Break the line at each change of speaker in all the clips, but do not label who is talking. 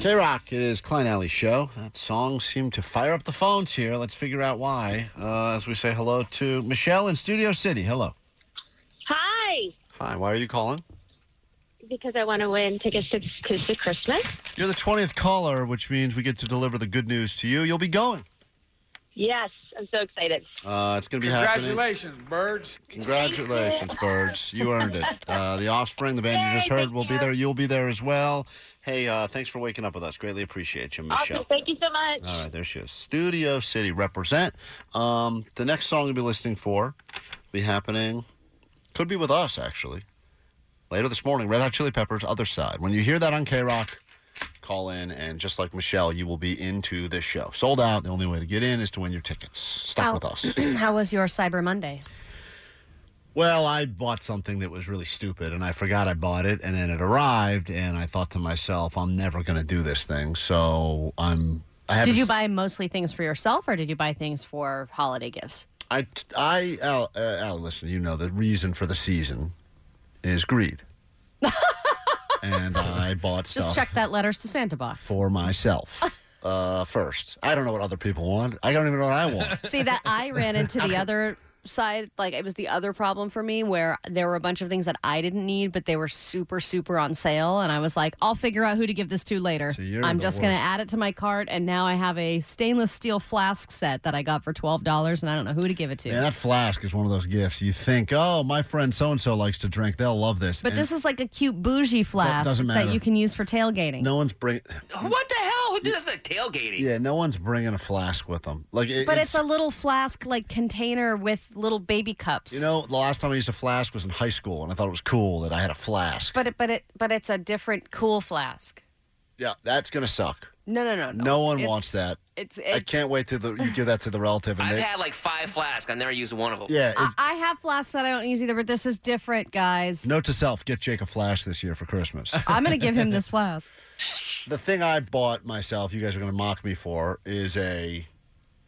K Rock, it is Klein Alley Show. That song seemed to fire up the phones here. Let's figure out why. Uh, as we say hello to Michelle in Studio City. Hello.
Hi,
Hi, why are you calling?
because I want to win tickets to, to, to Christmas.
You're the 20th caller, which means we get to deliver the good news to you. You'll be going.
Yes, I'm so excited.
Uh, it's going to be happening.
Congratulations, birds.
Congratulations, birds. You earned it. Uh, the Offspring, the band you just
Yay,
heard,
thank
will be
you.
there. You'll be there as well. Hey, uh, thanks for waking up with us. Greatly appreciate you, Michelle.
Awesome. Thank you so much.
All right, there she is. Studio City represent. Um, the next song you'll be listening for be happening. Could be with us actually. Later this morning, Red Hot Chili Peppers, Other Side. When you hear that on K Rock, call in and just like Michelle, you will be into this show. Sold out. The only way to get in is to win your tickets. Stuck with us.
How was your Cyber Monday?
Well, I bought something that was really stupid and I forgot I bought it and then it arrived and I thought to myself, I'm never going to do this thing. So, I'm I haven't
Did you buy mostly things for yourself or did you buy things for holiday gifts?
I, I, Al, uh, Al, listen, you know the reason for the season is greed. and I bought stuff
Just check that letters to Santa box.
for myself uh, first. I don't know what other people want. I don't even know what I want.
See that I ran into the other side like it was the other problem for me where there were a bunch of things that I didn't need but they were super super on sale and I was like I'll figure out who to give this to later.
So you're
I'm
the
just going to
worst.
add it to my cart and now I have a stainless steel flask set that I got for $12 and I don't know who to give it to.
And that flask is one of those gifts you think, oh, my friend so and so likes to drink. They'll love this.
But
And
this is like a cute bougie flask
doesn't
that,
matter.
you can use for tailgating.
no one's bring.
What the hell? Who does the tailgating?
Yeah, no one's bringing a flask with them. Like, it,
But it's, a little flask like container with little baby cups.
you know, the last time I used a flask was in high school, and I thought it was cool that I had a flask.
But it, but it but it's a different cool flask.
yeah, that's gonna suck.
No no no no.
No one
It-
wants that.
It's
I
it,
can't wait till the, you give that to the relative. And
I've
they,
had like five flasks. I've never used one of them.
yeah.
I,
it's-
I have flasks that I don't use either, but this is different, guys.
note to self: get Jake a flash this year for Christmas.
I'm gonna give him this flask.
the thing I bought myself, you guys are going to mock me for, is a.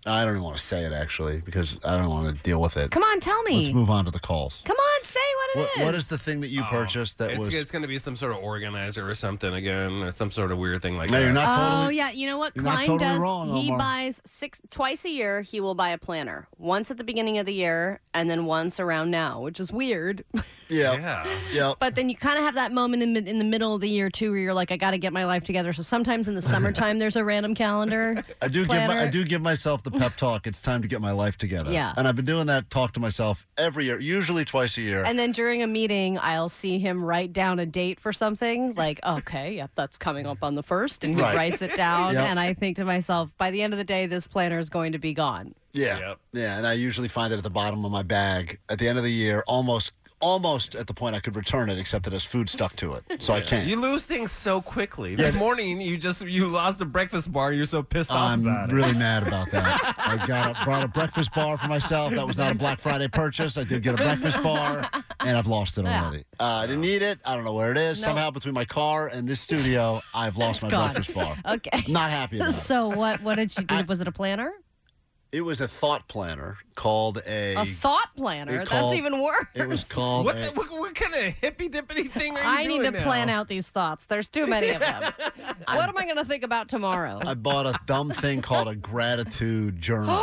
I don't even want to say it actually because I don't want to deal with it.
Come on, tell
Let's
me.
move on to the calls.
Come on, say what it
What,
is.
what is the thing that you
Oh,
purchased that
Oh, it's,
was?
it's going to be some sort of organizer or something again, or some sort of weird thing like
no,
that.
you're not
Oh
totally.
yeah, you know what
You're not
Klein
totally
does?
wrong,
he
Omar.
buys six twice a year. He will buy a planner once at the beginning of the year and then once around now, which is weird.
Yeah, yeah.
Yeah.
But then you kind of have that moment in, in the middle of the year too, where you're like, I got to get my life together. So sometimes in the summertime, there's a random calendar.
I do give my, I
Planner.
do give myself the pep talk. It's time to get my life together.
Yeah.
and I've been doing that talk to myself every year, usually twice a year.
And then during a meeting, I'll see him write down a date for something like, okay, yep, that's coming up on the first. And he
Right.
writes it down.
Yep.
And I think to myself, by the end of the day, this planner is going to be gone.
Yeah.
Yep.
Yeah, and I usually find it at the bottom of my bag at the end of the year, almost almost at the point I could return it, except that there's food stuck to it. So I can't.
You lose things so quickly. This morning, you just you lost the breakfast bar. You're so pissed off
I'm
about it.
really mad about that. I got a, brought a breakfast bar for myself. That was not a Black Friday purchase. I did get a breakfast bar, and I've lost it
Yeah.
already. Uh, I didn't need it. I don't know where it is.
No.
Somehow between my car and this studio, I've lost my
gone.
breakfast bar.
Okay.
Not happy about it.
so what, what did you do? Was it a planner?
It was a thought planner called a.
A thought planner?
it called-
that's even worse.
it was called.
What,
a-
the, what what kind of hippy dippity thing are you
I
doing
need to
now?
plan out these thoughts. There's too many of them. what am I going to think about tomorrow?
I bought a dumb thing called a gratitude journal.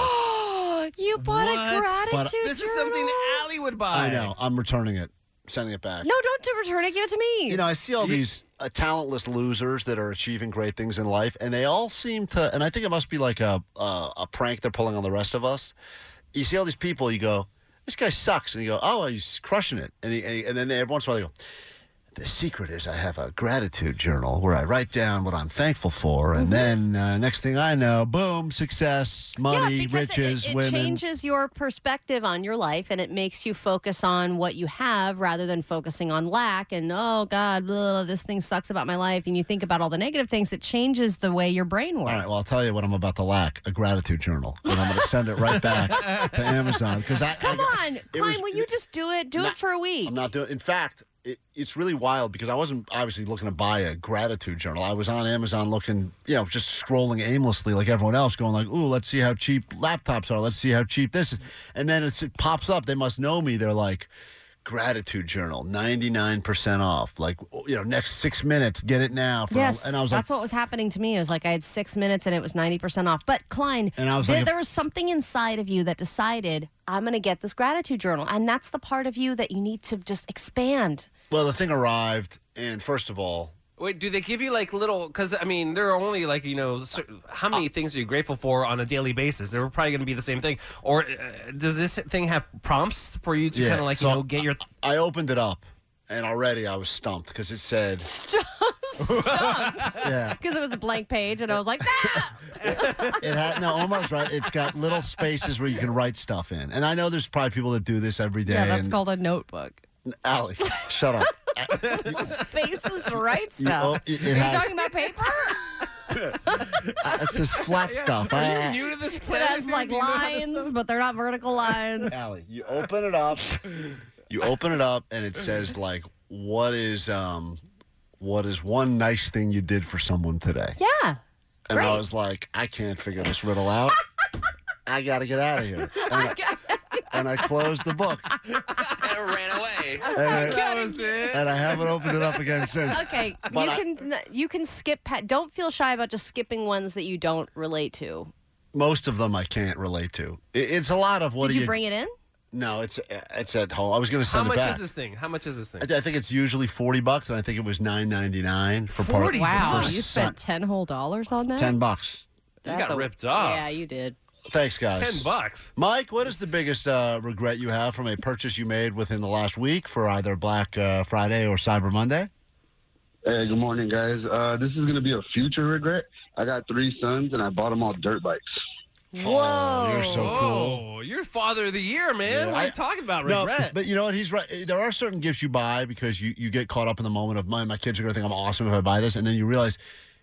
you bought
What?
a gratitude
This is something
journal?
Allie would buy.
I know. I'm returning it, sending it back.
No, don't
about to return it? Give it to me.
You know, I see all these uh, talentless losers that are achieving great things in life, and they all seem to. And I think it must be like a uh, a prank they're pulling on the rest of us. You see all these people, you go, "This guy sucks," and you go, "Oh, he's crushing it," and he, and, he- and then every once in a while you go. The secret is I have a gratitude journal where I write down what I'm thankful for, and then uh, next thing I know, boom, success, money,
Mm-hmm. yeah, because it-
riches,
it, it,
women.
changes your perspective on your life and it makes you focus on what you have rather than focusing on lack and oh god blah, this thing sucks about my life and you think about all the negative things it changes the way your brain works
All right, well, I'll tell you what I'm about to lack a gratitude journal. And I'm going to send it right back to Amazon. because I,
come
I,
on
it
klein
was-
will you just do it do
Nah,
it for a week
I'm not doing In fact, it, it's really wild because I wasn't obviously looking to buy a gratitude journal. I was on Amazon looking, you know, just scrolling aimlessly like everyone else, going like, ooh, let's see how cheap laptops are. Let's see how cheap this is. And then it's, it pops up. They must know me. They're like, gratitude journal, 99% off. Like, you know, next six minutes, get it now. For,
Yes,
and I was like,
that's what was happening to me. It was like I had six minutes and it was ninety percent off. But Klein,
And I was
there,
like, if-
there was something inside of you that decided I'm going to get this gratitude journal, and that's the part of you that you need to just expand.
well, the thing arrived. And first of all,
Wait, do they give you like little? Because I mean, there are only like you know, cer- how
Uh,
many things are you grateful for on a daily basis? They're probably going to be the same thing. Or uh, does this thing have prompts for you to
Yeah,
kind of like
so
you know get your?
I opened it up, and already I was stumped because it said, "Yeah,
Because it was a blank page, and I was like, ah!
it had no." Omar's right. It's got little spaces where you can write stuff in, and I know there's probably people that do this every day.
yeah, that's
and,
called a notebook.
Allie, shut up.
Spaces to write
You know,
stuff.
it,
Are
it
you
has-
talking about paper?
it's just flat stuff. Ah,
Are
I-
you new to this
It
planet?
has
dude?
like
Do you know how this
lines, but they're not vertical lines.
Allie, you open it up. You open it up, and it says like, "What is um, what is one nice thing you did for someone today?"
Yeah.
And I
Great.
was like, I can't figure this riddle out. I got to get out of here. And I, and I closed the book.
and it ran away.
And I,
That was it.
and I haven't opened it up again since.
Okay,
But
you
I-
can you can skip. Pa- don't feel shy about just skipping ones that you don't relate to.
Most of them I can't relate to. It, it's a lot of what
Did
do
you bring it in?
No, it's it's at home. I was going to
How
send it
much
back.
is this thing? How much is this thing?
I, th- I think it's usually forty bucks, and I think it was nine ninety nine for part-
40?
Wow,
for
you
Sun-
spent ten whole dollars on that.
ten bucks.
You got ripped off.
Yeah, you did.
Thanks, guys.
Ten bucks.
Mike, what is the biggest uh, regret you have from a purchase you made within the last week for either Black uh, Friday or Cyber Monday?
Hey, good morning, guys. Uh, this is going to be a future regret. I got three sons, and I bought them all dirt bikes.
Whoa,
you're so-
Whoa, you're father of the year, man.
Yeah,
what are
I-
you talking about?
No,
Regret.
but you know what? He's right. There are certain gifts you buy because you, you get caught up in the moment of my my kids are going to think I'm awesome if I buy this, and then you realize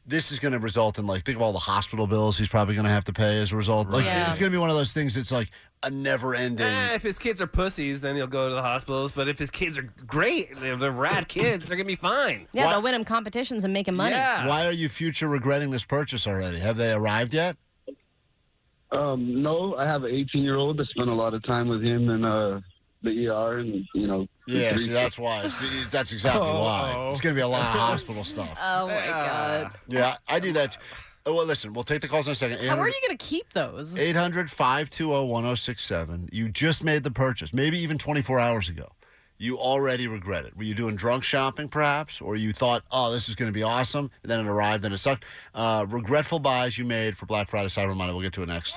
this is going to result in like think of all the hospital bills he's probably going to have to pay as a result. Like
Right.
it's going to be one of those things that's like a never ending.
Eh, if his kids are pussies, then he'll go to the hospitals. But if his kids are great, they're, they're rad kids, they're gonna be fine.
Yeah,
Why-
they'll win him competitions and make him money.
Yeah.
Why are you future regretting this purchase already? Have they arrived yet?
Um, no, I have an 18 year old that spent a lot of time with him in uh, the ER, and you know,
Yeah,
three-
see, that's why. See, that's exactly why.
Uh-oh.
It's going to be a lot of hospital stuff.
Oh my god.
Yeah, I do that. Oh, well, listen, we'll take the calls in a second.
How, where are you going to keep those?
800 520 1067. You just made the purchase, maybe even 24 hours ago. You already regret it. Were you doing drunk shopping, perhaps? Or you thought, oh, this is going to be awesome. And then it arrived and it sucked. Uh, regretful buys you made for Black Friday, Cyber Monday. We'll get to it next.